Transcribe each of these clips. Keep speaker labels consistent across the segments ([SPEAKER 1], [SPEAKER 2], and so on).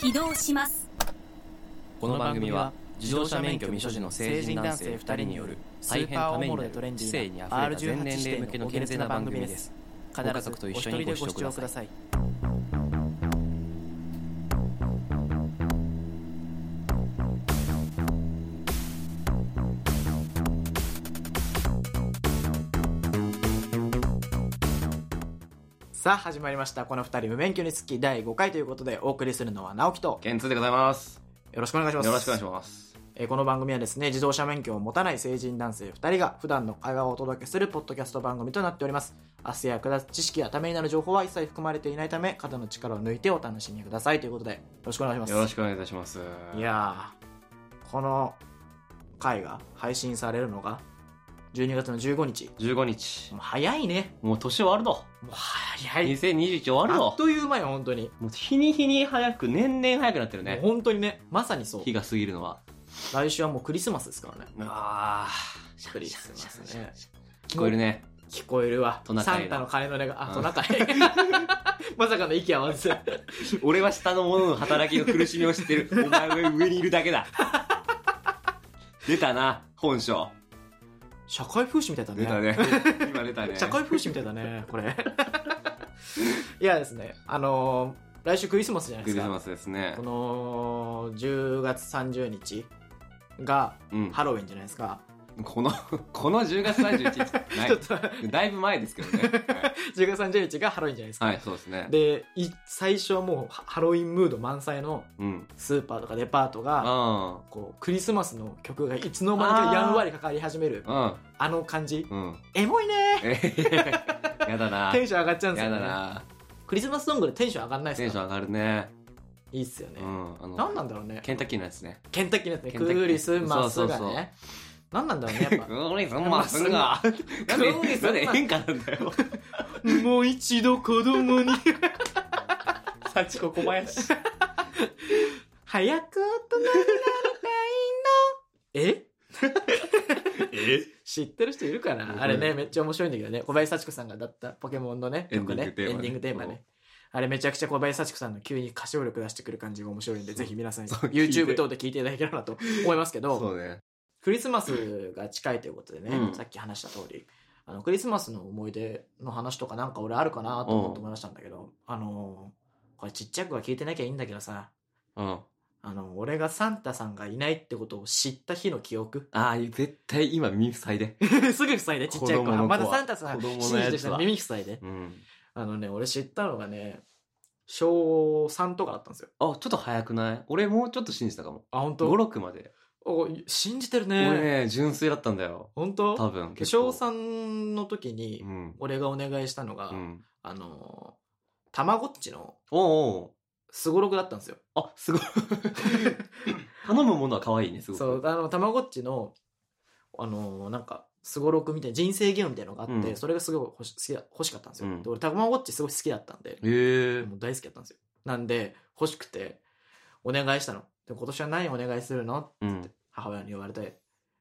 [SPEAKER 1] 起動します
[SPEAKER 2] この番組は自動車免許未所持の成人男性2人による大変ためになる知性にあふれた全年齢向けの健全な番組です
[SPEAKER 3] 必ずお一人でご視聴くださいさあ始まりましたこの2人無免許につき第5回ということでお送りするのは直樹と
[SPEAKER 4] ケンツーでございます。
[SPEAKER 3] よろしくお願いします
[SPEAKER 4] よろしくお願いします。
[SPEAKER 3] えーこの番組はですね自動車免許を持たない成人男性2人が普段の会話をお届けするポッドキャスト番組となっております明日や役立つ知識やためになる情報は一切含まれていないため肩の力を抜いてお楽しみくださいということでよろしくお願いします
[SPEAKER 4] よろしくお願いいたします。
[SPEAKER 3] いやーこの回が配信されるのが12月の15日
[SPEAKER 4] 15日
[SPEAKER 3] もう。早いね
[SPEAKER 4] もう年終わると。
[SPEAKER 3] もう早い
[SPEAKER 4] 2021終わる
[SPEAKER 3] あっ
[SPEAKER 4] と。
[SPEAKER 3] という間よ本当に、
[SPEAKER 4] もう日に日に早く、年々早くなってる
[SPEAKER 3] もう
[SPEAKER 4] ね。
[SPEAKER 3] 本当にねまさにそう
[SPEAKER 4] 日が過ぎるのは。
[SPEAKER 3] 来週はもうクリスマスですからね
[SPEAKER 4] ああ。
[SPEAKER 3] クリスマス ね
[SPEAKER 4] 聞こえるね。
[SPEAKER 3] 聞こえるわ
[SPEAKER 4] トナカ
[SPEAKER 3] サ
[SPEAKER 4] イの
[SPEAKER 3] ンタの鐘の音があ
[SPEAKER 4] うん
[SPEAKER 3] ト ナカイまさかの息合わせ
[SPEAKER 4] 俺は下の者の働きの苦しみを知ってる。お前は上にいるだけ だ。出たな、本性。
[SPEAKER 3] 社会風刺みたいだね
[SPEAKER 4] 出た ね。今出たね。
[SPEAKER 3] 社会風刺みたいだねこれ いやですねあのー来週クリスマスじゃないで
[SPEAKER 4] クリ
[SPEAKER 3] す
[SPEAKER 4] ス
[SPEAKER 3] か
[SPEAKER 4] マスですね
[SPEAKER 3] こ。の10月30日が
[SPEAKER 4] うん。
[SPEAKER 3] ハロウィンじゃないですか、
[SPEAKER 4] この、この10月31日。な
[SPEAKER 3] ちょっと10
[SPEAKER 4] い。だいぶ前ですけどね。
[SPEAKER 3] 月30日がハロウィンじゃないですか、
[SPEAKER 4] はい、はいそうですね。
[SPEAKER 3] でい最初はもうハハロウィンムード満載の
[SPEAKER 4] うん。
[SPEAKER 3] スーパーとかデパートが
[SPEAKER 4] あ
[SPEAKER 3] こうクリスマスの曲がいつの間にかやんわりかかり始める
[SPEAKER 4] あ。
[SPEAKER 3] あの感じ
[SPEAKER 4] うん。うん。
[SPEAKER 3] エモいね
[SPEAKER 4] えーやだな。
[SPEAKER 3] テン
[SPEAKER 4] や
[SPEAKER 3] ション上がっちゃうんです
[SPEAKER 4] だ
[SPEAKER 3] よね
[SPEAKER 4] な。
[SPEAKER 3] クリスマスソングでテンション上がんない
[SPEAKER 4] テ
[SPEAKER 3] で
[SPEAKER 4] ン
[SPEAKER 3] す
[SPEAKER 4] ショ
[SPEAKER 3] か
[SPEAKER 4] ン上がるね。
[SPEAKER 3] いいっすよね
[SPEAKER 4] う、ん。あ
[SPEAKER 3] なん
[SPEAKER 4] の、
[SPEAKER 3] なんだろうね
[SPEAKER 4] ケンタッキーのやつね。
[SPEAKER 3] ケンタッキーのやつね
[SPEAKER 4] ケンタッキー
[SPEAKER 3] クリスマスがね
[SPEAKER 4] そうそうそう
[SPEAKER 3] なんなんだろうねやっぱ
[SPEAKER 4] クリスマスが。なんで、
[SPEAKER 3] クリスマス
[SPEAKER 4] なんで変化なんだよ。
[SPEAKER 3] もう一度子供に
[SPEAKER 4] 幸子小林。
[SPEAKER 3] 早く大人になりたいのえ
[SPEAKER 4] え
[SPEAKER 3] 知ってる人いるかなあれねめっちゃ面白いんだけどね小林幸子さんがだったポケモンのね曲ねエ
[SPEAKER 4] エ
[SPEAKER 3] ンディン
[SPEAKER 4] ンディン
[SPEAKER 3] グ
[SPEAKER 4] グ
[SPEAKER 3] テ
[SPEAKER 4] テ
[SPEAKER 3] ー
[SPEAKER 4] ー
[SPEAKER 3] マ
[SPEAKER 4] マね
[SPEAKER 3] ねあれめちゃくちゃ小林幸子さんの急に歌唱力出してくる感じが面白いんでぜひ皆さん
[SPEAKER 4] そう聞いて
[SPEAKER 3] YouTube 等で聞いていただければと思いますけど
[SPEAKER 4] そうね。
[SPEAKER 3] クリスマスが近いということでね、
[SPEAKER 4] うん
[SPEAKER 3] さっき話した通りあのクリスマスの思い出の話とかなんか俺あるかなと思って思い出したんだけど、あのーこれちっちゃくは聞いてなきゃいいんだけどさ
[SPEAKER 4] うん。
[SPEAKER 3] あの俺がサンタさんがいないってことを知った日の記憶
[SPEAKER 4] ああ、絶対今耳塞いで。
[SPEAKER 3] すぐ塞いでちっちゃい子
[SPEAKER 4] 子供
[SPEAKER 3] は
[SPEAKER 4] の子
[SPEAKER 3] ま
[SPEAKER 4] は
[SPEAKER 3] だサンタさん
[SPEAKER 4] 子供のやつは
[SPEAKER 3] 信じてる人は耳塞いで
[SPEAKER 4] うん。
[SPEAKER 3] あのね俺知ったのがね小3とかだったんですよ
[SPEAKER 4] あ、ちょっと早くない俺もうちょっと信じたかも。
[SPEAKER 3] あ本
[SPEAKER 4] 5、
[SPEAKER 3] 当
[SPEAKER 4] 6まで。
[SPEAKER 3] お信じてるね
[SPEAKER 4] 俺ね、純粋だったんだよ。
[SPEAKER 3] 本
[SPEAKER 4] 多
[SPEAKER 3] 当
[SPEAKER 4] 分、結
[SPEAKER 3] 小
[SPEAKER 4] 構。
[SPEAKER 3] 3の時に
[SPEAKER 4] うん。
[SPEAKER 3] 俺がお願いしたのが、
[SPEAKER 4] うん。
[SPEAKER 3] あのー、たまごっちの
[SPEAKER 4] おうおう
[SPEAKER 3] すごろくだったんですよ。
[SPEAKER 4] あ、すごい。 頼むものは可愛いね、すごく。
[SPEAKER 3] そう、あの、たまごっちの、あのー、なんか、すごろくみたいな人生ゲームみたいなのがあって、
[SPEAKER 4] うん
[SPEAKER 3] それがすごい欲し好きだ欲しかったんですよ。
[SPEAKER 4] うん
[SPEAKER 3] で、俺、たまごっちすごい好きだったんで、
[SPEAKER 4] へえ。
[SPEAKER 3] もう大好きだったんですよ。なんで、欲しくて、お願いしたの。で、今年は何お願いするのって
[SPEAKER 4] うん。
[SPEAKER 3] 母親に言われて、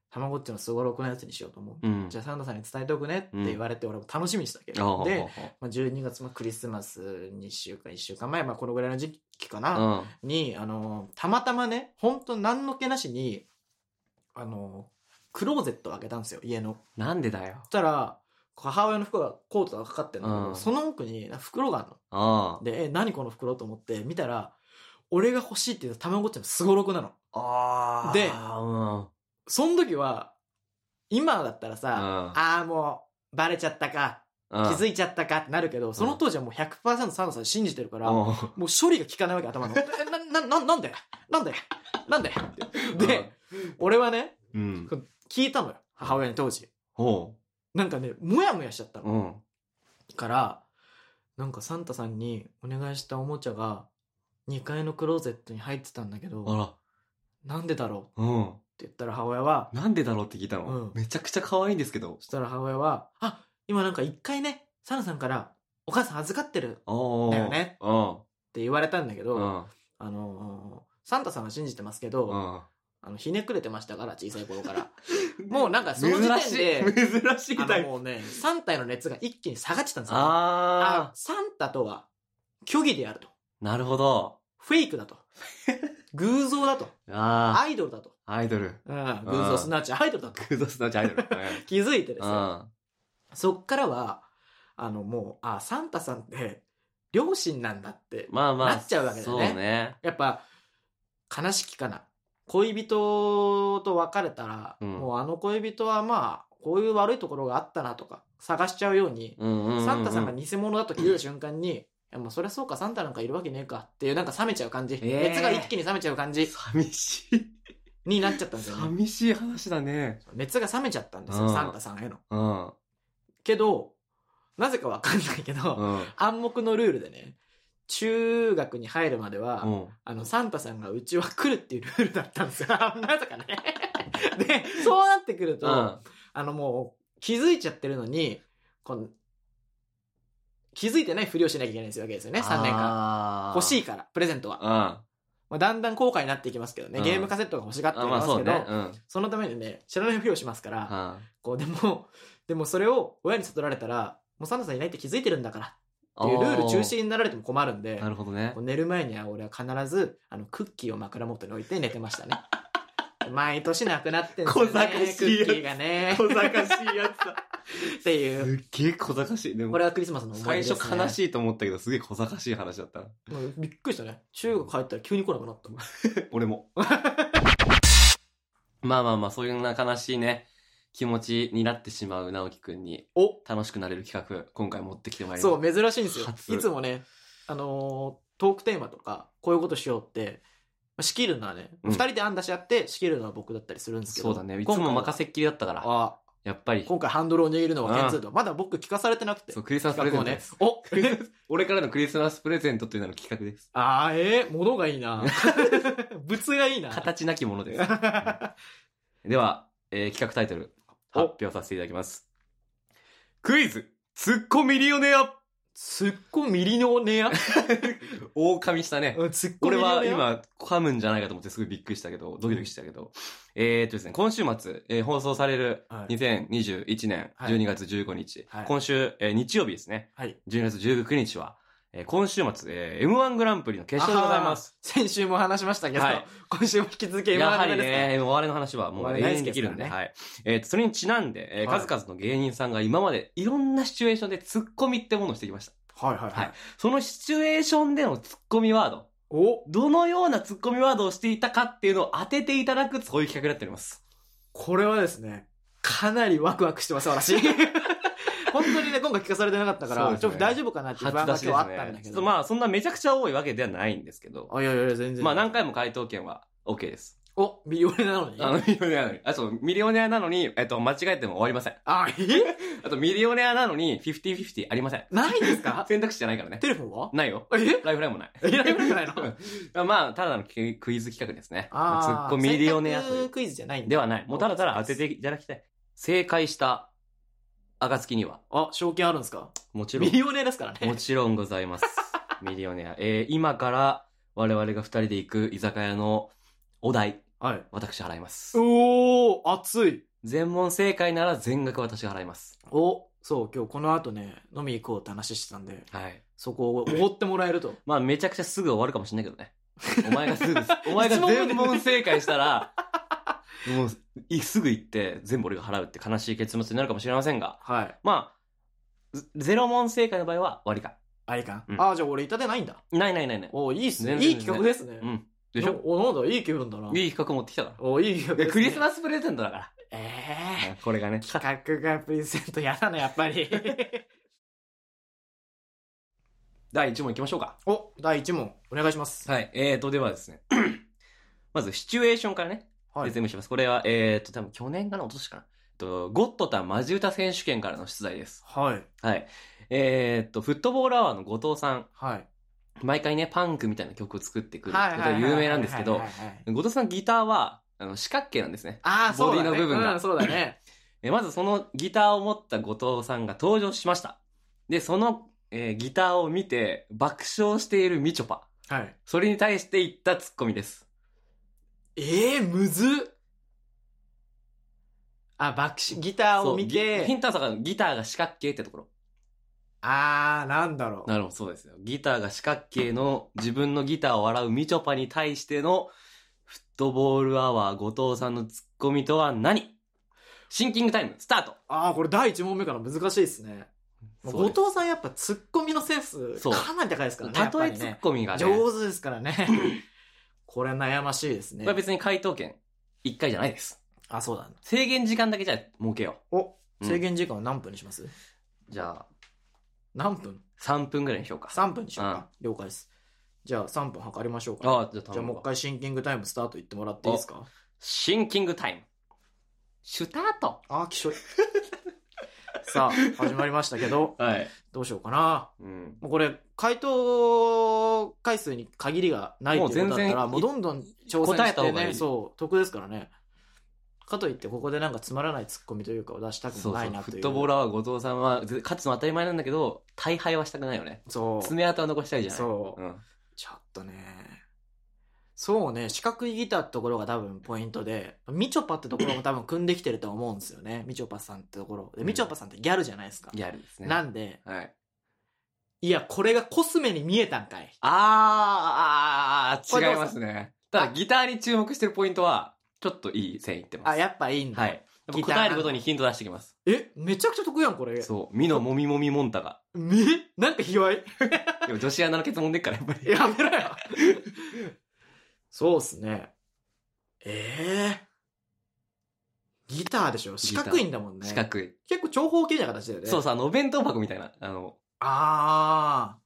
[SPEAKER 3] たまごっちのすごろくのやつにしようと思う。
[SPEAKER 4] うん。
[SPEAKER 3] じゃあ、サンタさんに伝えておくねって言われて、俺も楽しみにしたわけ。
[SPEAKER 4] ああ、
[SPEAKER 3] で、まあ、12月、まあ、クリスマス2週間、1週間前、まあ、このぐらいの時期かな。
[SPEAKER 4] うん。
[SPEAKER 3] に、あの、たまたまね、ほんと何の気なしに、あの、クローゼットを開けたんですよ、家の。
[SPEAKER 4] なんでだよ
[SPEAKER 3] そし。たら、母親の服が、コートがかかってんだけど、
[SPEAKER 4] うん
[SPEAKER 3] その奥に袋がある
[SPEAKER 4] あ
[SPEAKER 3] の。で、え、何この袋と思って見たら、俺が欲しいって言った卵っちのすごろくなの。
[SPEAKER 4] あ。あ
[SPEAKER 3] で
[SPEAKER 4] うん。
[SPEAKER 3] その時は、今だったらさ、ああ、もう、バレちゃったか、
[SPEAKER 4] うん
[SPEAKER 3] 気づいちゃったかってなるけど、その当時はもう100%サンドさん信じてるから、もう
[SPEAKER 4] うん
[SPEAKER 3] 処理が効かないわけ、頭の。えな、な、な、なんでなんでなんでで、、俺はね、
[SPEAKER 4] うん。
[SPEAKER 3] 聞いたのよ。母親に当時。
[SPEAKER 4] ほ
[SPEAKER 3] なんかね、もやもやしちゃった
[SPEAKER 4] う。
[SPEAKER 3] の。
[SPEAKER 4] うん。
[SPEAKER 3] から、なんかサンタさんにお願いしたおもちゃが、2階のクローゼットに入ってたんだけ
[SPEAKER 4] あ
[SPEAKER 3] ど、
[SPEAKER 4] ら。
[SPEAKER 3] なんでだろうっ
[SPEAKER 4] うん。
[SPEAKER 3] て言ったら母親は、
[SPEAKER 4] なんでだろうって聞いたの
[SPEAKER 3] うん。
[SPEAKER 4] めちゃくちゃ可愛いんですけど
[SPEAKER 3] そ。したら母親は、あ、今なんか1回ね、サンタさんから、お母さん預かってるっ
[SPEAKER 4] ああ。
[SPEAKER 3] だよね。
[SPEAKER 4] うん。
[SPEAKER 3] て言われたんだけ
[SPEAKER 4] う
[SPEAKER 3] ど、
[SPEAKER 4] ん。
[SPEAKER 3] あのー、サンタさんは信じてますけ
[SPEAKER 4] う
[SPEAKER 3] ど、
[SPEAKER 4] ん。
[SPEAKER 3] あの、ひねくれてましたから、小さい頃 から。もうなんかその時点で
[SPEAKER 4] 珍しい。珍しい
[SPEAKER 3] あ
[SPEAKER 4] タ
[SPEAKER 3] の
[SPEAKER 4] イプ。
[SPEAKER 3] もうね、サンタへの熱が一気に下がってたんですよね。あ
[SPEAKER 4] ああ。
[SPEAKER 3] サンタとは虚偽であると。
[SPEAKER 4] なるほど。
[SPEAKER 3] フェイクだと。偶像だと。
[SPEAKER 4] あ
[SPEAKER 3] アイドルだと。
[SPEAKER 4] あ、アイドル。
[SPEAKER 3] うん偶像、すなわちアイドルだと。
[SPEAKER 4] クズすなわちア イドル。う
[SPEAKER 3] 気づいてですね。
[SPEAKER 4] ん。
[SPEAKER 3] そっからは、あの、もう、あ、サンタさんって、両親なんだって。
[SPEAKER 4] まあま
[SPEAKER 3] な
[SPEAKER 4] あ、
[SPEAKER 3] っちゃうわけだよね
[SPEAKER 4] そうね。
[SPEAKER 3] やっぱ、悲しきかな。恋人と別れたら、
[SPEAKER 4] うん
[SPEAKER 3] もうあの恋人はまあ、こういう悪いところがあったなとか、探しちゃうように、
[SPEAKER 4] うんうんうんうん。
[SPEAKER 3] サンタさんが偽物だと聞いた瞬間に、いやもうそりゃそうか、サンタなんかいるわけねえかっていう、なんか冷めちゃう感じ。
[SPEAKER 4] えー
[SPEAKER 3] 熱が一気に冷めちゃう感じ
[SPEAKER 4] 寂しい。
[SPEAKER 3] になっちゃったんですよね。
[SPEAKER 4] 寂しい話だね。
[SPEAKER 3] 熱が冷めちゃったんですよ、
[SPEAKER 4] うん
[SPEAKER 3] サンタさんへの。
[SPEAKER 4] うん。うん。
[SPEAKER 3] けど、なぜかわかんないけど、
[SPEAKER 4] うん。
[SPEAKER 3] 暗黙のルールでね、中学に入るまでは、あの、サンタさんがうちは来るっていうルールだったんですよ。 なぜか ね。で、そうなってくると、
[SPEAKER 4] うん。
[SPEAKER 3] あのもう、気づいちゃってるのに、この、気づいてないふりをしなきゃいけないわけですよね、3年間。
[SPEAKER 4] 間
[SPEAKER 3] 欲し
[SPEAKER 4] い。
[SPEAKER 3] いから、プレゼントは。
[SPEAKER 4] うん。あ、
[SPEAKER 3] まあ、だんだん後悔になっていきますけどね、
[SPEAKER 4] うん
[SPEAKER 3] ゲームカセットが欲しがってるん
[SPEAKER 4] ま
[SPEAKER 3] で
[SPEAKER 4] あ
[SPEAKER 3] すけど、
[SPEAKER 4] そう
[SPEAKER 3] そ
[SPEAKER 4] ね。うん。
[SPEAKER 3] のためにね、知らないふりをしますから、
[SPEAKER 4] あ
[SPEAKER 3] こう、でも、 でもそれを親に悟られたら、もうサンタさんいないって気づいてるんだからっていうルール中止になられても困るんで
[SPEAKER 4] な、るほどね
[SPEAKER 3] こう。寝る前には俺は必ず、あの、クッキーを枕元に置いて寝てました ね。毎年なくなってんすよね
[SPEAKER 4] 小賢しい
[SPEAKER 3] クッキーがね。
[SPEAKER 4] ざかしいやつだ。
[SPEAKER 3] っていう。
[SPEAKER 4] すっげえ小賢しい。で
[SPEAKER 3] こ
[SPEAKER 4] も、
[SPEAKER 3] れはクリスマスの思い出
[SPEAKER 4] 最
[SPEAKER 3] です、ね。
[SPEAKER 4] 初悲しいと思ったけど、すげえ小賢しい話だった。
[SPEAKER 3] い。びっくりしたね。中学帰ったら急に来なくなった。
[SPEAKER 4] 俺も。 まあまあまあ、そういうような悲しいね、気持ちになってしまう直樹くんに、
[SPEAKER 3] お
[SPEAKER 4] 楽しくなれる企画、今回持ってきてまいりました。
[SPEAKER 3] そう、珍しいんですよ。
[SPEAKER 4] 初
[SPEAKER 3] いつもね、あのートークテーマとか、こういうことしようって、まあ仕切るのはね、
[SPEAKER 4] う
[SPEAKER 3] 二、
[SPEAKER 4] ん
[SPEAKER 3] 人で案出し合って仕切るのは僕だったりするんですけど。
[SPEAKER 4] そうだね。いつも任せっきりだったから、
[SPEAKER 3] あ
[SPEAKER 4] やっぱり。
[SPEAKER 3] 今回ハンドルを握るのはケンツーと、まだ僕聞かされてなくて。
[SPEAKER 4] そう、クリスマスプレ
[SPEAKER 3] 企
[SPEAKER 4] ゼ
[SPEAKER 3] 画
[SPEAKER 4] ン
[SPEAKER 3] を
[SPEAKER 4] トで
[SPEAKER 3] ね
[SPEAKER 4] す。。
[SPEAKER 3] お
[SPEAKER 4] クリスマス俺からのクリスマスプレゼントという名の企画です。
[SPEAKER 3] ああ、ええ物がいいな。 物がいいな。
[SPEAKER 4] 形なきも のです。では、えー企画タイトル、
[SPEAKER 3] お
[SPEAKER 4] 発表させていただきます。クイズ、ツッコミリオネア
[SPEAKER 3] ツッコミリのネア
[SPEAKER 4] 大みしたね。
[SPEAKER 3] ツッコミ
[SPEAKER 4] 俺
[SPEAKER 3] リの
[SPEAKER 4] は
[SPEAKER 3] ネア。
[SPEAKER 4] 今、噛むんじゃないかと思ってすごいびっくりしたけど、ドキドキしたけど。えーっとですね、今週末、えー放送される
[SPEAKER 3] はい
[SPEAKER 4] 2021年
[SPEAKER 3] はい
[SPEAKER 4] 12月15日、
[SPEAKER 3] はい
[SPEAKER 4] 今週、えー日曜日ですね、
[SPEAKER 3] はい
[SPEAKER 4] 12月19日は、えー今週末、えー M1 グランプリの決勝でございます。
[SPEAKER 3] あー。先週も話しましたけど、
[SPEAKER 4] はい
[SPEAKER 3] 今週も引き続き M1
[SPEAKER 4] やはり
[SPEAKER 3] ですから
[SPEAKER 4] ね、お笑いの話はも
[SPEAKER 3] お
[SPEAKER 4] う
[SPEAKER 3] 笑
[SPEAKER 4] 永
[SPEAKER 3] い大
[SPEAKER 4] 遠
[SPEAKER 3] 好
[SPEAKER 4] に
[SPEAKER 3] きですか
[SPEAKER 4] できる
[SPEAKER 3] ら
[SPEAKER 4] ん
[SPEAKER 3] ね
[SPEAKER 4] で、はい。えーと、それにちなんで、えー
[SPEAKER 3] はい
[SPEAKER 4] 数々の芸人さんが今までいろんなシチュエーションでツッコミってものをしてきました。
[SPEAKER 3] はいはいは
[SPEAKER 4] はいい。そのシチュエーションでのツッコミワード、
[SPEAKER 3] お
[SPEAKER 4] どのようなツッコミワードをしていたかっていうのを当てていただく、そういう企画になっております。
[SPEAKER 3] これはですね、かなりワクワクしてます、私。 本当 にね、今回聞かされてなかったか
[SPEAKER 4] そう
[SPEAKER 3] ら、
[SPEAKER 4] です
[SPEAKER 3] ち
[SPEAKER 4] ね
[SPEAKER 3] ょっと大丈夫かなって不
[SPEAKER 4] 初
[SPEAKER 3] 安が今
[SPEAKER 4] 出し
[SPEAKER 3] 日
[SPEAKER 4] で
[SPEAKER 3] あ
[SPEAKER 4] す
[SPEAKER 3] ったんだ
[SPEAKER 4] ね。ち
[SPEAKER 3] け
[SPEAKER 4] ょっと
[SPEAKER 3] ど。
[SPEAKER 4] まあ、そんなめちゃくちゃ多いわけではないんですけど、
[SPEAKER 3] あ、いやいやいや、全然。
[SPEAKER 4] まあ何回も回答権は OK です。
[SPEAKER 3] お、ミリオネなのに。
[SPEAKER 4] あの、ミリオネアなのに、あ、そう、ミリオネアなのに、えっと、間違えても終わりません。
[SPEAKER 3] あ、え
[SPEAKER 4] あと、ミリオネアなのに、50-50ありません。
[SPEAKER 3] ないんですか
[SPEAKER 4] 選択肢じゃないからね。
[SPEAKER 3] テレフォンは
[SPEAKER 4] ないよ。
[SPEAKER 3] え
[SPEAKER 4] ライフラインもない。
[SPEAKER 3] えらいことないの
[SPEAKER 4] まあ、ただのクイズ企画ですね。
[SPEAKER 3] あ
[SPEAKER 4] ツ
[SPEAKER 3] ー
[SPEAKER 4] ッコミリオネアと
[SPEAKER 3] 選
[SPEAKER 4] い
[SPEAKER 3] 択
[SPEAKER 4] う。
[SPEAKER 3] クイズじゃないんだ
[SPEAKER 4] ではない。もうただただ当てていただきたい。正解した、暁には、
[SPEAKER 3] あ、賞金あるんですか
[SPEAKER 4] もちろん
[SPEAKER 3] ミ、リオネですからね。
[SPEAKER 4] もちろんござい ます。ミリオネア。えー、今から、我々が二人で行く居酒屋のお代、
[SPEAKER 3] はい。
[SPEAKER 4] 私払います。
[SPEAKER 3] おー、熱い。
[SPEAKER 4] 全問正解なら全額私が払います。
[SPEAKER 3] お、そう、今日この後ね、飲み行こうって話してたんで、
[SPEAKER 4] はい。
[SPEAKER 3] そこをおごってもらえると。
[SPEAKER 4] まあ、めちゃくちゃすぐ終わるかもしれないけどね。お前が すぐ、お前が全問正解した ら、もう、いすぐ行って、全部俺が払うって悲しい結末になるかもしれませんが、
[SPEAKER 3] はい。
[SPEAKER 4] まあ、ゼゼロ問正解の場合は割りか。
[SPEAKER 3] あ、いいか。
[SPEAKER 4] うん
[SPEAKER 3] あ、じゃあ俺いただないんだ。
[SPEAKER 4] ないないないない。
[SPEAKER 3] お、いいっすね。
[SPEAKER 4] 全然
[SPEAKER 3] いい企画ですね。
[SPEAKER 4] うん。でしょ
[SPEAKER 3] お、なんだ、いい気分だな。
[SPEAKER 4] いい企画持ってきたか
[SPEAKER 3] お、いい企画
[SPEAKER 4] ら。
[SPEAKER 3] で
[SPEAKER 4] い
[SPEAKER 3] す、
[SPEAKER 4] や
[SPEAKER 3] ね。
[SPEAKER 4] クリスマスプレゼントだか
[SPEAKER 3] え
[SPEAKER 4] ら。 これがね
[SPEAKER 3] ー。。企画がプレゼントやだな、やっぱ り。
[SPEAKER 4] 第1問いきましょうか。
[SPEAKER 3] お、第1問、お願いします。
[SPEAKER 4] はい。えーと、ではですね。 まず、シチュエーションからね、
[SPEAKER 3] は
[SPEAKER 4] 説明します。これは、えーと、多分去年かな、一昨年かな。えっと、ゴッドタンマジ歌選手権からの出題です。
[SPEAKER 3] はい。
[SPEAKER 4] はい。えーっと、フットボールアワーの後藤さん、
[SPEAKER 3] はい。
[SPEAKER 4] 毎回ね、パンクみたいな曲を作ってくる。
[SPEAKER 3] はい。はい。
[SPEAKER 4] 有名なんですけ
[SPEAKER 3] はい
[SPEAKER 4] ど
[SPEAKER 3] はい、はいはい
[SPEAKER 4] 後藤さんギターは、あの、四角形なんですね。
[SPEAKER 3] あー、そうだね。
[SPEAKER 4] ボディの部分が
[SPEAKER 3] うん、そうだね。
[SPEAKER 4] えまずそのギターを持った後藤さんが登場しました。で、その、えーギターを見て爆笑しているみちょぱ。
[SPEAKER 3] はい。
[SPEAKER 4] それに対して言ったツッコミです。
[SPEAKER 3] ええー、むずっあ、爆笑、ギターを見
[SPEAKER 4] そうギヒ
[SPEAKER 3] て、
[SPEAKER 4] ントはさ、ギターが四角形ってところ。
[SPEAKER 3] あー、なんだろう。
[SPEAKER 4] なるほど、そうですよ。ギターが四角形の自分のギターを洗うみちょぱに対してのフットボールアワー後藤さんのツッコミとは何シンキングタイム、スタート
[SPEAKER 3] あー、これ第1問目から難しいですね。
[SPEAKER 4] そ
[SPEAKER 3] 後
[SPEAKER 4] うです
[SPEAKER 3] 藤さんやっぱツッコミのセンス、
[SPEAKER 4] そう
[SPEAKER 3] かなり高いですからね。
[SPEAKER 4] たと
[SPEAKER 3] や
[SPEAKER 4] え
[SPEAKER 3] っぱり
[SPEAKER 4] ツ
[SPEAKER 3] ね
[SPEAKER 4] ッコミがね、
[SPEAKER 3] 上手ですからね。 これ悩ましいですね
[SPEAKER 4] これ。別に回答権1回じゃないです。
[SPEAKER 3] あ、そうだ、ね。
[SPEAKER 4] 制限時間だけじゃ設けよ
[SPEAKER 3] お、
[SPEAKER 4] うん
[SPEAKER 3] 制限時間は何分にします、
[SPEAKER 4] う。じゃあ、
[SPEAKER 3] 何分
[SPEAKER 4] 3分ぐらいにしようか。
[SPEAKER 3] ?3 分にしようか。了解です。じゃあ3分測りましょうか。
[SPEAKER 4] ああ、じゃあ
[SPEAKER 3] じゃあ
[SPEAKER 4] 頼
[SPEAKER 3] も
[SPEAKER 4] む
[SPEAKER 3] う
[SPEAKER 4] わ
[SPEAKER 3] 一回シンキングタイムスタート言ってもらっていいですか
[SPEAKER 4] シンキングタイム。シュタート
[SPEAKER 3] ああ、きしょい。 さあ、始まりましたけど、
[SPEAKER 4] はい。
[SPEAKER 3] どうしようかな。
[SPEAKER 4] うん。
[SPEAKER 3] もうこれ、回答回数に限りがないっていうことだったら、も
[SPEAKER 4] も
[SPEAKER 3] う
[SPEAKER 4] う全然
[SPEAKER 3] どんどん挑戦
[SPEAKER 4] 答え
[SPEAKER 3] したて
[SPEAKER 4] 方が
[SPEAKER 3] ね、
[SPEAKER 4] いい
[SPEAKER 3] そう、得ですからね。かといって、ここでなんかつまらないツッコミというかを出したく
[SPEAKER 4] そ
[SPEAKER 3] も
[SPEAKER 4] う
[SPEAKER 3] な
[SPEAKER 4] そ。
[SPEAKER 3] いうな
[SPEAKER 4] フ
[SPEAKER 3] とい
[SPEAKER 4] ッ
[SPEAKER 3] う。
[SPEAKER 4] トボーラーは後藤さんは、ぜ勝つの当たり前なんだけど、大敗はしたくないよね。
[SPEAKER 3] そう。
[SPEAKER 4] 爪痕は残したいじゃない
[SPEAKER 3] そうう。
[SPEAKER 4] ん。
[SPEAKER 3] ちょっとね。そうね、四角いギターってところが多分ポイントで、みちょぱってところも多分組んできてるとは思うんですよね。みちょぱさんってところ。で、みちょぱさんってギャルじゃないですか。
[SPEAKER 4] ギャルですね。
[SPEAKER 3] なんで、
[SPEAKER 4] はい。
[SPEAKER 3] いや、これがコスメに見えたんかい。
[SPEAKER 4] あー、
[SPEAKER 3] これどう
[SPEAKER 4] 違いますね。ただ、ギターに注目してるポイントは、ちょっといい線いってます。
[SPEAKER 3] あ、やっぱいいんだ。
[SPEAKER 4] はい。やっぱ
[SPEAKER 3] ギター
[SPEAKER 4] 答えることにヒント出してきます。
[SPEAKER 3] え、めちゃくちゃ得やん、これ。
[SPEAKER 4] そう。ミのもみもみもんたが。
[SPEAKER 3] めなんか卑猥
[SPEAKER 4] でも女子アナのケツもんでっから、やっぱり。
[SPEAKER 3] やめろよ。そうっすね。ええギターでしょ四角いんだもんね。
[SPEAKER 4] 四角い。
[SPEAKER 3] 結構長方形な形だよね。
[SPEAKER 4] そうそう、あの、お弁当箱みたいな。あの、
[SPEAKER 3] あ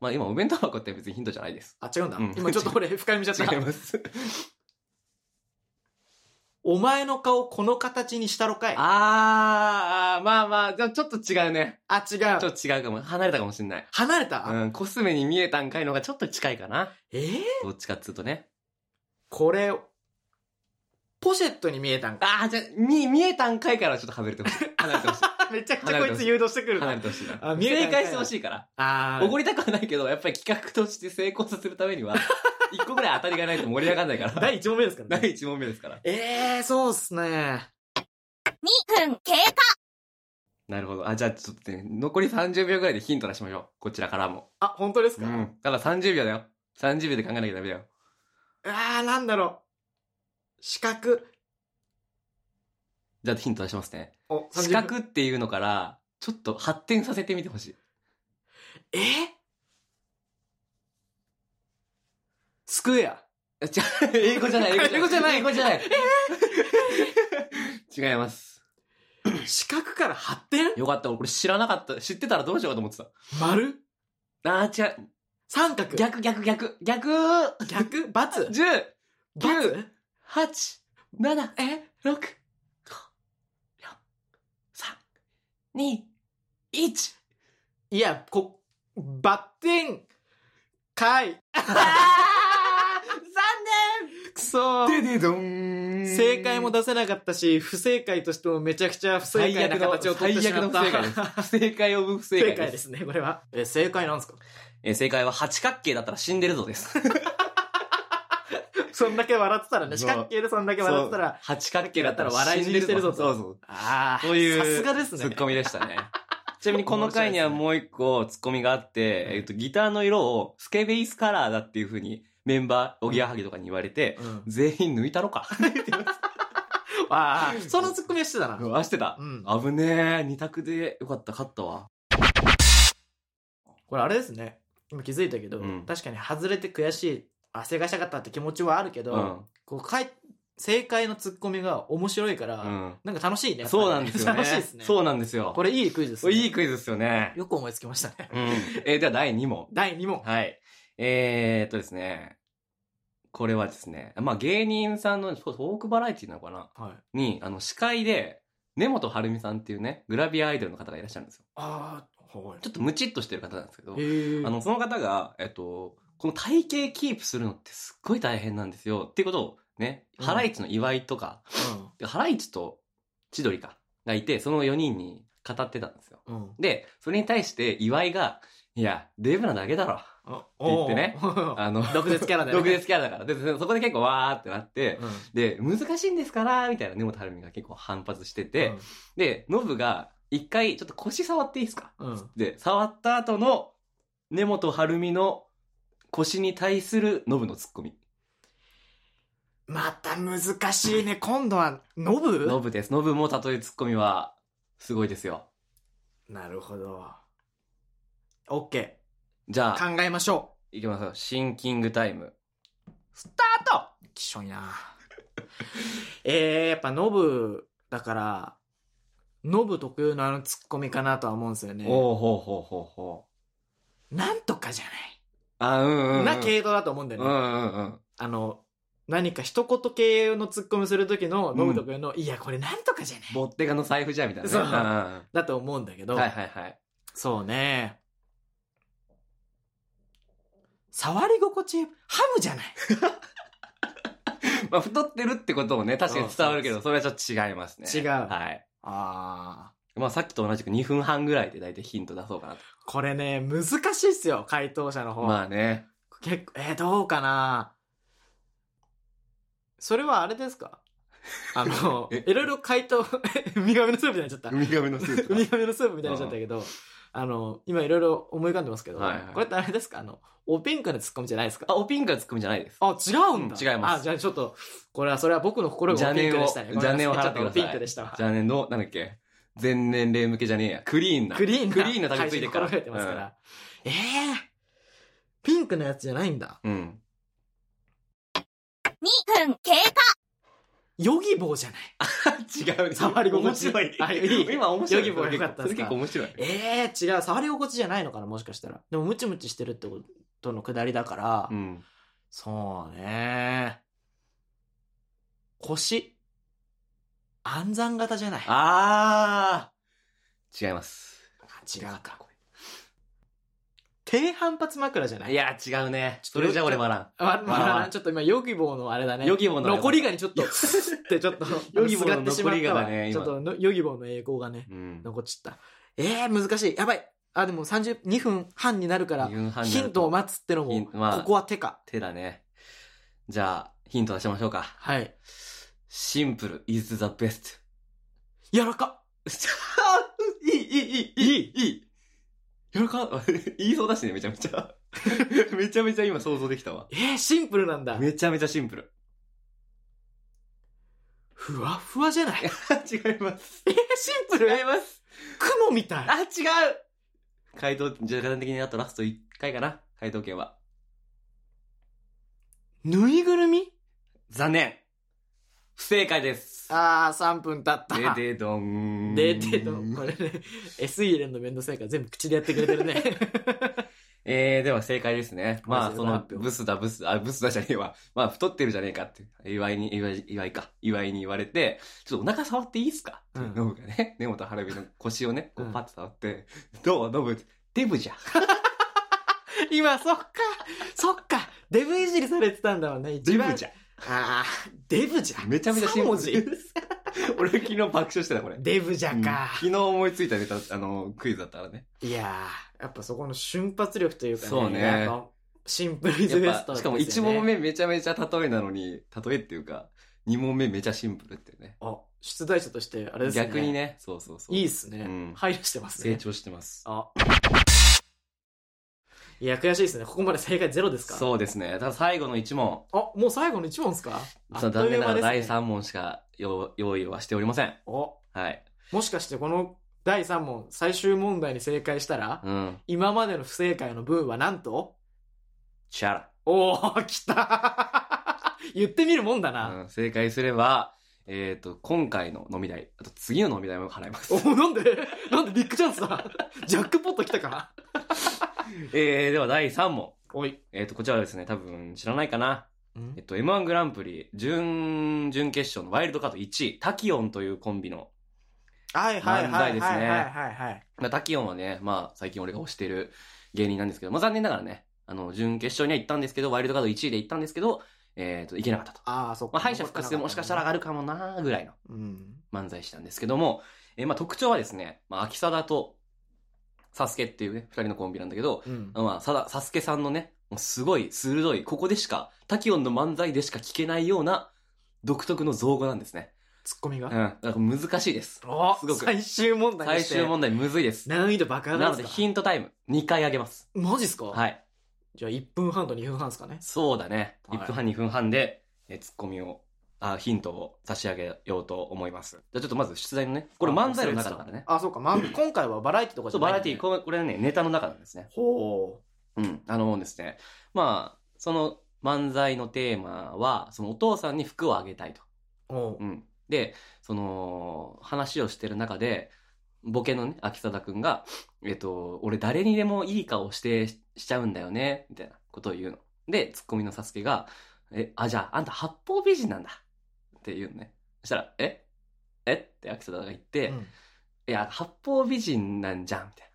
[SPEAKER 4] まあ今、お弁当箱って別にヒントじゃないです。
[SPEAKER 3] ー。あ、違うんだ。
[SPEAKER 4] うん
[SPEAKER 3] 今ちょっと俺、深読みちゃっ
[SPEAKER 4] 違い
[SPEAKER 3] た。
[SPEAKER 4] ます。
[SPEAKER 3] お前の顔この形にしたろかい。あ、
[SPEAKER 4] あー、まあまあ、でもちょっと違うね。
[SPEAKER 3] 違
[SPEAKER 4] ちょ
[SPEAKER 3] う。
[SPEAKER 4] っと違うかも。離れたかもしんない。
[SPEAKER 3] 離れた、
[SPEAKER 4] うん、コスメに見えたんかいのがちょっと近いかな。
[SPEAKER 3] ええ
[SPEAKER 4] どっちかっつうとね。
[SPEAKER 3] これ、ポシェットに見えたん か。
[SPEAKER 4] あー、じゃあ、に、見えたんかいからはちょっと外れてほしい。 離れてほし
[SPEAKER 3] めちゃくちゃこいつ誘導してく
[SPEAKER 4] い。
[SPEAKER 3] るな
[SPEAKER 4] 離れてほしいな。
[SPEAKER 3] あ見えたんかいな
[SPEAKER 4] 正解してほしいから。
[SPEAKER 3] あー
[SPEAKER 4] おごりたくはないけど、やっぱり企画として成功させるため には、一個ぐらい当たりがないと盛り上がんないから。
[SPEAKER 3] 第1問目ですから
[SPEAKER 4] 第
[SPEAKER 3] ね。
[SPEAKER 4] 1問目ですから。
[SPEAKER 3] えー、そうっすね。
[SPEAKER 1] 2分経過
[SPEAKER 4] なるほど。あ、じゃあちょっとね、残り30秒ぐらいでヒント出しましょう。こちらからも。
[SPEAKER 3] あ、本当です
[SPEAKER 4] う
[SPEAKER 3] か、
[SPEAKER 4] ん。ただ30秒だよ。30秒で考えなきゃダメだよ。
[SPEAKER 3] あー、なんだろう。四角。
[SPEAKER 4] じゃあヒント出しますね。
[SPEAKER 3] お、
[SPEAKER 4] 四
[SPEAKER 3] 30
[SPEAKER 4] 角っていうのから、ちょっと発展させてみてほしい。
[SPEAKER 3] えースクエア。
[SPEAKER 4] え違う、英語じゃない、 英語じゃない、英語じゃない。 違います。
[SPEAKER 3] 四角から発展
[SPEAKER 4] よかった、俺これ知らなかった。知ってたらどうしようかと思って
[SPEAKER 3] 丸
[SPEAKER 4] た。あー、違う。
[SPEAKER 3] 三角。
[SPEAKER 4] 逆、逆、逆、逆
[SPEAKER 3] 逆バツ
[SPEAKER 4] !10、
[SPEAKER 3] ×
[SPEAKER 4] 8、7、
[SPEAKER 3] え
[SPEAKER 4] 6、5、4、3、2、1。
[SPEAKER 3] いや、こ、バッテン、かい。くそー。
[SPEAKER 4] でどん
[SPEAKER 3] 正解も出せなかったし、不正解としてもめちゃくちゃ不正
[SPEAKER 4] 最
[SPEAKER 3] 解な
[SPEAKER 4] 悪の
[SPEAKER 3] 形を取ってしまった。
[SPEAKER 4] 最悪の不正解です。不 正解を不正
[SPEAKER 3] 正
[SPEAKER 4] 解
[SPEAKER 3] 解
[SPEAKER 4] で。
[SPEAKER 3] ですすね、これは。え、正解なんですか
[SPEAKER 4] えー正解は八角形だったら死んでるぞです。
[SPEAKER 3] そんだけ笑ってたらね、四
[SPEAKER 4] そう
[SPEAKER 3] 角形でそんだけ笑ってたら、
[SPEAKER 4] 八角形だったら笑い死んでるぞ。
[SPEAKER 3] そう
[SPEAKER 4] そう。
[SPEAKER 3] ああ、
[SPEAKER 4] そういう。
[SPEAKER 3] さすがです
[SPEAKER 4] ツ
[SPEAKER 3] ね
[SPEAKER 4] ッ。コミでしたね。 ちなみにこの回にはもう一個ツッコミがあって、えっと、ギターの色をスケベイスカラーだっていうふうにメンバー、おぎやはぎとかに言われて、
[SPEAKER 3] うん、
[SPEAKER 4] 全員抜いた ろか。
[SPEAKER 3] ああ、 そのツッコミはしてたな。
[SPEAKER 4] あ、してた
[SPEAKER 3] う。ん。
[SPEAKER 4] 危ねえ。二択でよかった、勝ったわ。
[SPEAKER 3] これあれですね。今気づいたけど、
[SPEAKER 4] うん
[SPEAKER 3] 確かに外れて悔しい、あ、正解したかったって気持ちはあるけど、
[SPEAKER 4] うん。
[SPEAKER 3] こうかい正解のツッコミが面白いから、
[SPEAKER 4] うん。
[SPEAKER 3] なんか楽しいね。
[SPEAKER 4] そうなんですよね。
[SPEAKER 3] 楽しいですね。
[SPEAKER 4] そうなんですよ。
[SPEAKER 3] これいいクイズです、
[SPEAKER 4] こ
[SPEAKER 3] ね。
[SPEAKER 4] れいいクイズですよね。
[SPEAKER 3] よく思いつきましたね。
[SPEAKER 4] うん。えー、では第2問。
[SPEAKER 3] 第2問。
[SPEAKER 4] はい。えー、っとですね。これはですね、まあ芸人さんのトークバラエティなのかな
[SPEAKER 3] はい。
[SPEAKER 4] に、あの、司会で、根本晴美さんっていうね、グラビアアイドルの方がいらっしゃるんですよ。
[SPEAKER 3] ああ、はい。
[SPEAKER 4] ちょっとムチっとしてる方なんですけど、
[SPEAKER 3] へえ。
[SPEAKER 4] あの、その方が、えっと、この体型キープするのってすっごい大変なんですよ。っていうことをね、
[SPEAKER 3] うん
[SPEAKER 4] ハライチの岩井とか、でハライチと千鳥か、がいて、その4人に語ってたんですよ。
[SPEAKER 3] うん。うん。
[SPEAKER 4] で、それに対して岩井が、いや、デブなだけだろ。
[SPEAKER 3] あ
[SPEAKER 4] 言ってね。
[SPEAKER 3] おー
[SPEAKER 4] あの、
[SPEAKER 3] 毒舌キャラだよね
[SPEAKER 4] 毒舌キャラだから。で、そこで結構わーってなって、
[SPEAKER 3] うん
[SPEAKER 4] で、難しいんですから、みたいな根本晴美が結構反発してて、
[SPEAKER 3] うん
[SPEAKER 4] で、ノブが、一回、ちょっと腰触っていいですか
[SPEAKER 3] うん。
[SPEAKER 4] で、触った後の、根本晴美の腰に対するノブのツッコミ。
[SPEAKER 3] また難しいね。今度は、ノブ
[SPEAKER 4] ノブです。ノブもたとえツッコミは、すごいですよ。
[SPEAKER 3] なるほど。オッケ
[SPEAKER 4] じゃあ、
[SPEAKER 3] ー。考えましょ
[SPEAKER 4] いきますよ。シンキングタイム。スター
[SPEAKER 3] う。きしょいな。 えー、やっぱノブだから、ノブ特有のあのツッコミかなとは思うんですよ
[SPEAKER 4] ト
[SPEAKER 3] ね。
[SPEAKER 4] おおほうほうほうほう。
[SPEAKER 3] なんとかじゃ
[SPEAKER 4] あ、うんうん、うん。
[SPEAKER 3] ない。な系統だと思うんだよ
[SPEAKER 4] う
[SPEAKER 3] ね。
[SPEAKER 4] んうんうん。
[SPEAKER 3] あの、何か一言系のツッコミする時のノブ特有の、いや、これなんとかじゃない。
[SPEAKER 4] ボッテガの財布じゃんみたいな、ね。
[SPEAKER 3] そうん
[SPEAKER 4] んんは
[SPEAKER 3] だと思うんだけど、
[SPEAKER 4] いはいはい。
[SPEAKER 3] そうね。触り心地、ハムじゃない。
[SPEAKER 4] まあ、太ってるってこともね、確かに伝わるけど、それはちょっと違いますね。
[SPEAKER 3] 違う
[SPEAKER 4] はい。
[SPEAKER 3] ああ。
[SPEAKER 4] まあ、さっきと同じく2分半ぐらいで大体ヒント出そうかなと。
[SPEAKER 3] これね、難しいっすよ、回答者の方。
[SPEAKER 4] まあね。、
[SPEAKER 3] 結構、えーどうかなそれはあれですかあの
[SPEAKER 4] え
[SPEAKER 3] いろいろ回答、えウミガメのスープみたいになっちゃった。
[SPEAKER 4] ミガメのス
[SPEAKER 3] ウミガメのスープみたいになっちゃったけど、あの、今いろいろ思い浮かんでますけど、
[SPEAKER 4] はいはい
[SPEAKER 3] これってあれですかあの、おピンクのツッコミじゃないですか
[SPEAKER 4] あ、おピンクはツッコミじゃないです。
[SPEAKER 3] あ、違うんだ。
[SPEAKER 4] うん違いま
[SPEAKER 3] あ、
[SPEAKER 4] す
[SPEAKER 3] じゃあちょっと、これは、それは僕の心がおピンクでしたね。
[SPEAKER 4] 邪念を
[SPEAKER 3] ごめんなさ
[SPEAKER 4] 邪念を払ってください
[SPEAKER 3] ちょっとおピンクでしたわ。
[SPEAKER 4] じゃあね、の、なんだっけ。全年齢向けじゃねえや。クリーンな。
[SPEAKER 3] クリーンな。
[SPEAKER 4] クリーンなタグついてるから
[SPEAKER 3] 配信心がけてますから。ええピンクのやつじゃないんだ。
[SPEAKER 4] うん。
[SPEAKER 1] 2分経過
[SPEAKER 3] ヨギボーじゃない。
[SPEAKER 4] 違う。
[SPEAKER 3] 触り心
[SPEAKER 4] 面
[SPEAKER 3] 地
[SPEAKER 4] 白 い。
[SPEAKER 3] あいい
[SPEAKER 4] 今面白い。
[SPEAKER 3] ヨギボー良かったで
[SPEAKER 4] それ
[SPEAKER 3] すか
[SPEAKER 4] 結構面白い。
[SPEAKER 3] ええ違う。触り心地じゃないのかな、もしかしたら。でも、ムチムチしてるってことのくだりだから。
[SPEAKER 4] うん。
[SPEAKER 3] そうね。腰。暗算型じゃない。
[SPEAKER 4] あー。違います。
[SPEAKER 3] 違うか。低反発枕じゃない
[SPEAKER 4] いや、違うね。それじゃ俺笑らん。
[SPEAKER 3] わ、わから
[SPEAKER 4] あ
[SPEAKER 3] ん。ちょっと今、ヨギボーのあれだね。
[SPEAKER 4] ヨギボーのあれ
[SPEAKER 3] 残りがにちょっと、スッてちょっと、
[SPEAKER 4] ヨギボ
[SPEAKER 3] す
[SPEAKER 4] ーの
[SPEAKER 3] がってしまったわ
[SPEAKER 4] 残りがだね
[SPEAKER 3] ち
[SPEAKER 4] 今
[SPEAKER 3] ょっとの、ヨギボーの栄光がね、
[SPEAKER 4] うん。
[SPEAKER 3] 残っちゃった。ええー、難しい。やばい。あ、でも30、2分半になるから、ヒントを待つっての
[SPEAKER 4] ヒ
[SPEAKER 3] も
[SPEAKER 4] ン、まあ
[SPEAKER 3] ここは手か。
[SPEAKER 4] 手だね。じゃあ、ヒント出しましょうか。
[SPEAKER 3] はい。
[SPEAKER 4] シンプル is the best.
[SPEAKER 3] 柔らか。
[SPEAKER 4] いい、いい、いい、いい、いい。やらか、 言いそうだしね、めちゃめちゃ。 めちゃめちゃ今想像できたわ。
[SPEAKER 3] えー、シンプルなんだ。
[SPEAKER 4] めちゃめちゃシンプル。
[SPEAKER 3] ふわふわじゃない。えー、
[SPEAKER 4] 違いま
[SPEAKER 3] シ
[SPEAKER 4] す。
[SPEAKER 3] ンプル
[SPEAKER 4] 違います。
[SPEAKER 3] 雲みたい。
[SPEAKER 4] あ、違う回答、じゃあ、的にあとラスト1回かな。回答権は。
[SPEAKER 3] ぬいぐるみ
[SPEAKER 4] 残念。不正解です。
[SPEAKER 3] あー、3分経った。
[SPEAKER 4] ででどん。
[SPEAKER 3] でてと、これね、SE 入れるのめんどくさいから全部口でやってくれてるね。
[SPEAKER 4] えー、では正解ですね。まあ、
[SPEAKER 3] これ
[SPEAKER 4] そ
[SPEAKER 3] 正解
[SPEAKER 4] の、
[SPEAKER 3] 発表
[SPEAKER 4] ブスだ、ブス、あ、ブスだじゃねえわ。 まあ、太ってるじゃねえかって、岩井に、岩井、岩井か。岩井に言われて、ちょっとお腹触っていいっすか、
[SPEAKER 3] うん
[SPEAKER 4] ノブがね、 根本晴美の腰をね、こ
[SPEAKER 3] う
[SPEAKER 4] うんパッと触って、どうノブ、デブじゃん。
[SPEAKER 3] 今、そっか、そっか、デブいじりされてたんだもんね、
[SPEAKER 4] デ
[SPEAKER 3] 一番。
[SPEAKER 4] ブじゃん。
[SPEAKER 3] ああ、デブじゃん。
[SPEAKER 4] めちゃめちゃシ
[SPEAKER 3] 三
[SPEAKER 4] ン
[SPEAKER 3] 文
[SPEAKER 4] プル
[SPEAKER 3] 字。
[SPEAKER 4] 俺昨日爆笑してた、これ。
[SPEAKER 3] デブじゃ
[SPEAKER 4] うん
[SPEAKER 3] んか。
[SPEAKER 4] 昨日思いついたネタ、あの、クイズだったからね。
[SPEAKER 3] いやー、やっぱそこの瞬発力というかね。
[SPEAKER 4] そうね
[SPEAKER 3] やっぱシンプルイズベ
[SPEAKER 4] や
[SPEAKER 3] ス
[SPEAKER 4] っ
[SPEAKER 3] ト
[SPEAKER 4] ぱ、
[SPEAKER 3] です
[SPEAKER 4] し
[SPEAKER 3] よね
[SPEAKER 4] かも1問。目めちゃめちゃ例えなのに、例えっていうか、2問目めちゃシンプルっていうね。
[SPEAKER 3] あ、出題者として、あれですね。
[SPEAKER 4] 逆に。ね、そうそうそう。
[SPEAKER 3] いいっすね。
[SPEAKER 4] うん
[SPEAKER 3] 配慮してます
[SPEAKER 4] 成
[SPEAKER 3] ね。
[SPEAKER 4] 長してます。
[SPEAKER 3] あ。いや、悔しいですね。ここまで正解ゼロですか
[SPEAKER 4] そうですね。ただ最後の1問。
[SPEAKER 3] あ、もう最後の1問ですか
[SPEAKER 4] さあ残念ながら
[SPEAKER 3] あっという間
[SPEAKER 4] 第
[SPEAKER 3] ですね
[SPEAKER 4] 3問しか用用意はしておりません。
[SPEAKER 3] お、
[SPEAKER 4] はい。
[SPEAKER 3] もしかしてこの第3問、最終問題に正解したら、
[SPEAKER 4] うん。
[SPEAKER 3] 今までの不正解の分はなんと
[SPEAKER 4] チャ
[SPEAKER 3] おー、来た言ってみるもんだ
[SPEAKER 4] ラ。
[SPEAKER 3] な。
[SPEAKER 4] うん、正解すれば、えっ、と、今回の飲み代、あと次の飲み代も払います
[SPEAKER 3] お。なんでなんでビッグチャンスだジャックポット来たか
[SPEAKER 4] えー、では第3問。
[SPEAKER 3] おい。
[SPEAKER 4] えっ、と、こちらはですね、多分知らないかな。
[SPEAKER 3] ん
[SPEAKER 4] えっと、M1 グランプリ、準、準決勝のワイルドカード1位、タキオンというコンビの、
[SPEAKER 3] はいはい
[SPEAKER 4] 漫
[SPEAKER 3] は
[SPEAKER 4] 才
[SPEAKER 3] い
[SPEAKER 4] です
[SPEAKER 3] はい
[SPEAKER 4] ね
[SPEAKER 3] はいはいはい。
[SPEAKER 4] まあ、タキオンはね、まあ、最近俺が推してる芸人なんですけど、まあ残念ながらね、あの、準決勝には行ったんですけど、ワイルドカード1位で行ったんですけど、えっ、と、行けなかったと。
[SPEAKER 3] ああ、そっ
[SPEAKER 4] ま
[SPEAKER 3] か。
[SPEAKER 4] あ、敗者復活でもしかしたら上がるかもなーぐらいの。
[SPEAKER 3] うん。
[SPEAKER 4] 漫才師なんですけども、えーまあ特徴はですね、まあ、秋貞とサスケっていうね、二人のコンビなんだけど、
[SPEAKER 3] うん。
[SPEAKER 4] まあ、さだサスケさんのね、もうすごい鋭い、ここでしか、タキオンの漫才でしか聞けないような独特の造語なんですね。
[SPEAKER 3] ツッコミ
[SPEAKER 4] う
[SPEAKER 3] が
[SPEAKER 4] ん。。だから難しいです。
[SPEAKER 3] お
[SPEAKER 4] すごく
[SPEAKER 3] 最終問題
[SPEAKER 4] 最
[SPEAKER 3] にして
[SPEAKER 4] 終問題むずいです。
[SPEAKER 3] 難易度爆上が
[SPEAKER 4] な
[SPEAKER 3] る
[SPEAKER 4] の
[SPEAKER 3] ん
[SPEAKER 4] で
[SPEAKER 3] ですか
[SPEAKER 4] ヒントタイム2回あげます。
[SPEAKER 3] マジっすか
[SPEAKER 4] はい。
[SPEAKER 3] じゃあ1分半と2分半ですかね。
[SPEAKER 4] そうだね。
[SPEAKER 3] はい
[SPEAKER 4] 1分半2分半で、えーツッコミを、あ、ヒントを差し上げようと思います。じゃあちょっとまず出題のね、これ漫才の中だからね。
[SPEAKER 3] あ、そうか。まん今回はバラエティとか
[SPEAKER 4] そ
[SPEAKER 3] じゃ
[SPEAKER 4] う、バ
[SPEAKER 3] ない
[SPEAKER 4] ラエティー、これこれはね、ネタの中なんですね。
[SPEAKER 3] ほ
[SPEAKER 4] うん。あのですね、まあ、その漫才のテーマは、そのお父さんに服をあげたいと。
[SPEAKER 3] う。おう
[SPEAKER 4] うん。で、その、話をしてる中で、ボケのね、秋貞くんが、えっと、俺誰にでもいい顔してししちゃうんだよね、みたいなことを言うの。で、ツッコミのサスケが、え、あ、じゃあ、あんた八方美人なんだ。って言うのね。そしたら、ええって秋貞が言って、
[SPEAKER 3] うん
[SPEAKER 4] いや、八方美人なんじゃん、みたいな。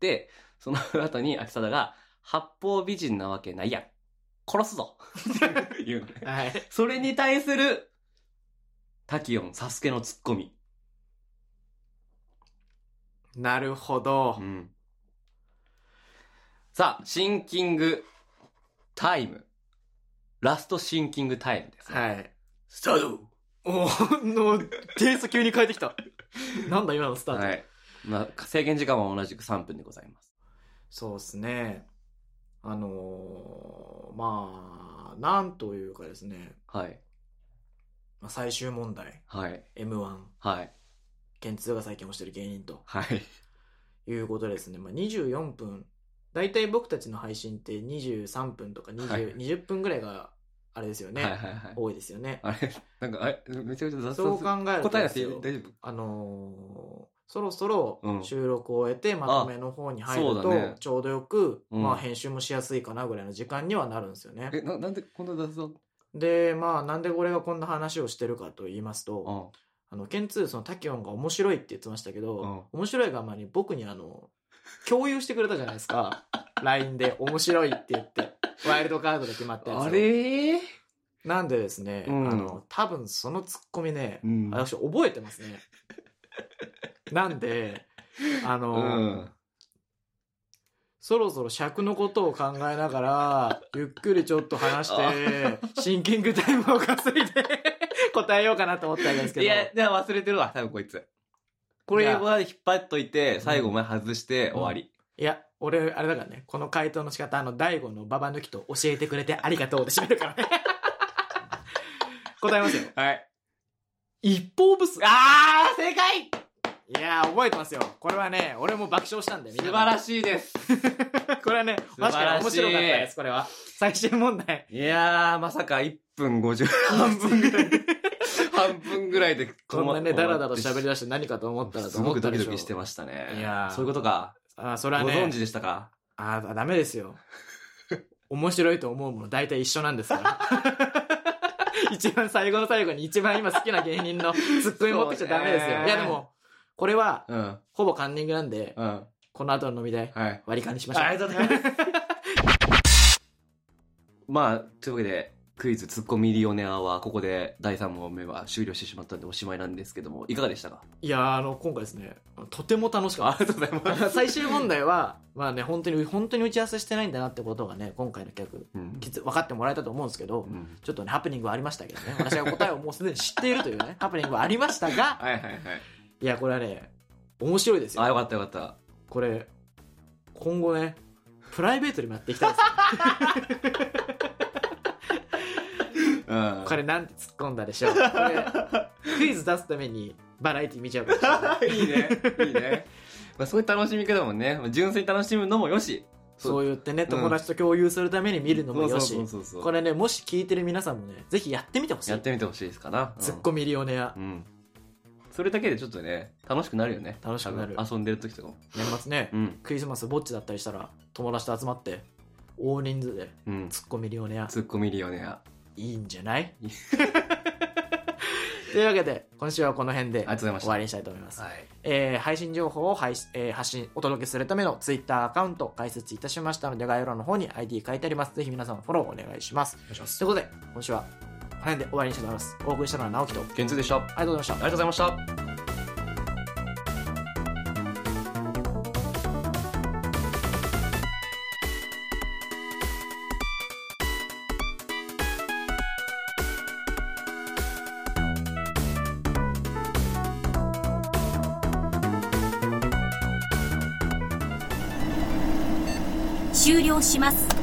[SPEAKER 4] 言って、その後に秋貞が、八方美人なわけないやん。殺すぞって言うのね。
[SPEAKER 3] はい。
[SPEAKER 4] それに対する、タキヨン、サスケのツッコミ。
[SPEAKER 3] なるほど。
[SPEAKER 4] ん。さあ、シンキングタイム。ラストシンキングタイムです、
[SPEAKER 3] はい。
[SPEAKER 4] スター
[SPEAKER 3] おーの、テイスト急に変えてき た。なんだ今のスタート。
[SPEAKER 4] はい。まあ、制限時間は同じく3分でございます。
[SPEAKER 3] そうですね。あのーまあ、なんというかですね、
[SPEAKER 4] はい。
[SPEAKER 3] まあ、最終問題、
[SPEAKER 4] はい。
[SPEAKER 3] M1、
[SPEAKER 4] はい。
[SPEAKER 3] ケンツーが最近推してる芸人と
[SPEAKER 4] はい。
[SPEAKER 3] いうことですね。まあ、24分。だいたい僕たちの配信って23分とか 20,、
[SPEAKER 4] はい
[SPEAKER 3] 20分ぐらいが、あれですよね、
[SPEAKER 4] はいはいはい。
[SPEAKER 3] 多いですよね。
[SPEAKER 4] あれ なんか、あれめちゃめちゃ雑談す
[SPEAKER 3] そう考えると
[SPEAKER 4] 答えな
[SPEAKER 3] で
[SPEAKER 4] く
[SPEAKER 3] す
[SPEAKER 4] ていい
[SPEAKER 3] よ
[SPEAKER 4] よ大丈
[SPEAKER 3] あのーそろそうろ
[SPEAKER 4] ん
[SPEAKER 3] 収録を終えてまとめの方に入る
[SPEAKER 4] あそうだね
[SPEAKER 3] とちょうどよく、
[SPEAKER 4] うん
[SPEAKER 3] まあ、編集もしやすいかなぐらいの時間にはなるんですよね
[SPEAKER 4] 夫。え、ななんでこんな雑談
[SPEAKER 3] でまあなんで俺がこんな話をしてるかと言います
[SPEAKER 4] う
[SPEAKER 3] とあ
[SPEAKER 4] ん。
[SPEAKER 3] のケンツーそのタキオンが面白いって言ってましたけど、面白いがあまり僕にあの共有してくれたじゃないです か LINE で面白いって言ってワイルドカードで決まったやつを
[SPEAKER 4] あれー
[SPEAKER 3] なんでですね、
[SPEAKER 4] うん
[SPEAKER 3] あの多分そのツッコミね、
[SPEAKER 4] うん
[SPEAKER 3] 私覚えてますねなんであ
[SPEAKER 4] う
[SPEAKER 3] の、
[SPEAKER 4] ん。
[SPEAKER 3] そろそろ尺のことを考えながら、ゆっくりちょっと話して、シンキングタイムを稼いで答えようかなと思ったんですけど。
[SPEAKER 4] いや、じゃあ忘れてるわ、多分こいつ。これは引っ張っといて、最後お前外して終わり。
[SPEAKER 3] いや俺、あれだからね、この回答の仕方、あの、大悟のババ抜きと教えてくれてありがとうで締めるからね。答えますよ。
[SPEAKER 4] はい。
[SPEAKER 3] 一方ブス。
[SPEAKER 4] あー、正解
[SPEAKER 3] いやー、覚えてますよ。これはね、俺も爆笑したんで、
[SPEAKER 4] 素晴ら
[SPEAKER 3] い。
[SPEAKER 4] しいです。
[SPEAKER 3] これはね、
[SPEAKER 4] 晴ら
[SPEAKER 3] 確
[SPEAKER 4] しい
[SPEAKER 3] かに面白かったです、これは。最終問題。
[SPEAKER 4] いやー、まさか1分50、半分ぐら い。半分ぐらいで
[SPEAKER 3] こんなね、
[SPEAKER 4] 止ま
[SPEAKER 3] だ
[SPEAKER 4] っ
[SPEAKER 3] らだら喋り出して何かと思ったらと
[SPEAKER 4] す
[SPEAKER 3] 思
[SPEAKER 4] ご
[SPEAKER 3] っ
[SPEAKER 4] く
[SPEAKER 3] た
[SPEAKER 4] ド
[SPEAKER 3] で
[SPEAKER 4] キ
[SPEAKER 3] しょ
[SPEAKER 4] ドキしてましたね。
[SPEAKER 3] いやー
[SPEAKER 4] そういうことか。
[SPEAKER 3] あー、それ
[SPEAKER 4] ご
[SPEAKER 3] はね。
[SPEAKER 4] 存知でしたか
[SPEAKER 3] ああ、ダメですよ。面白いと思うもの大体一緒なんです から。一番最後の最後に一番今好きな芸人のツッコミ持ってきちゃダメです
[SPEAKER 4] そう
[SPEAKER 3] よ。
[SPEAKER 4] ね
[SPEAKER 3] いやでも、これは
[SPEAKER 4] うん。
[SPEAKER 3] ほぼカンニングなんで、
[SPEAKER 4] うん。は
[SPEAKER 3] この後の飲み代
[SPEAKER 4] い。 あ
[SPEAKER 3] 割り勘にしましょう。
[SPEAKER 4] りがとうございます。まあ、というわけで、クイズツッコミリオネアは、ここで第3問目は終了してしまったんでおしまいなんですけども、いかがでしたか
[SPEAKER 3] いやーあの、今回ですね、とても楽しか
[SPEAKER 4] あ
[SPEAKER 3] っ
[SPEAKER 4] りがとうござ
[SPEAKER 3] た。
[SPEAKER 4] います。
[SPEAKER 3] 最終問題は、まあね、本当に、本当に打ち合わせしてないんだなってことがね、今回の客、
[SPEAKER 4] うん
[SPEAKER 3] きつ分かってもらえたと思うんですけど、
[SPEAKER 4] うん
[SPEAKER 3] ちょっとね、ハプニングはありましたけどね、私は答えをもうすでに知っているという ね、ハプニングはありましたが、
[SPEAKER 4] はいはいはい。
[SPEAKER 3] いや、これはね、面白いですよ
[SPEAKER 4] あ、。よかったよかった。
[SPEAKER 3] これ、今後ね、プライベートでもやっていきたいですね。
[SPEAKER 4] うん
[SPEAKER 3] これなんて突っ込んだでしょう。これ、クイズ出すためにバラエティ見ちゃうかもしれ ない
[SPEAKER 4] いいね。いいね。まあ、そういう楽しみ方もね、純粋に楽しむのもよし。
[SPEAKER 3] そう言ってね、友達と共有するために見るのもよし
[SPEAKER 4] そう。そうそうそう
[SPEAKER 3] これね、もし聞いてる皆さんもね、ぜひやってみてほし
[SPEAKER 4] や
[SPEAKER 3] い
[SPEAKER 4] っ。てみてほしいですかな。
[SPEAKER 3] ツッコミリオネア
[SPEAKER 4] う。ん。それだけでちょっとね、楽しくなるよね。
[SPEAKER 3] 楽しくなる
[SPEAKER 4] 多分遊んでる時とかも。
[SPEAKER 3] 年末ね
[SPEAKER 4] う、ん。
[SPEAKER 3] クリスマスぼっちだったりしたら、友達と集まって、大人数で
[SPEAKER 4] うん。
[SPEAKER 3] ツッコミリオネア、
[SPEAKER 4] ツッコミリオネア。
[SPEAKER 3] いいんじゃない
[SPEAKER 4] いい
[SPEAKER 3] というわけで、今週はこの辺で
[SPEAKER 4] ありがとうございました
[SPEAKER 3] 終わりにしたいと思います。
[SPEAKER 4] はい。
[SPEAKER 3] えー配信情報を配信、えー発信、お届けするためのツイッターアカウントを開設いたしましたので、概要欄の方に ID 書いてあります。ぜひ皆さんフォローお願いします。ということで、今週はこの辺で終わりにしたいと思います。お送りしたのは直樹と、あり
[SPEAKER 4] 現通でした。あり
[SPEAKER 3] がとうございました。
[SPEAKER 4] がとうございました。
[SPEAKER 1] 終了します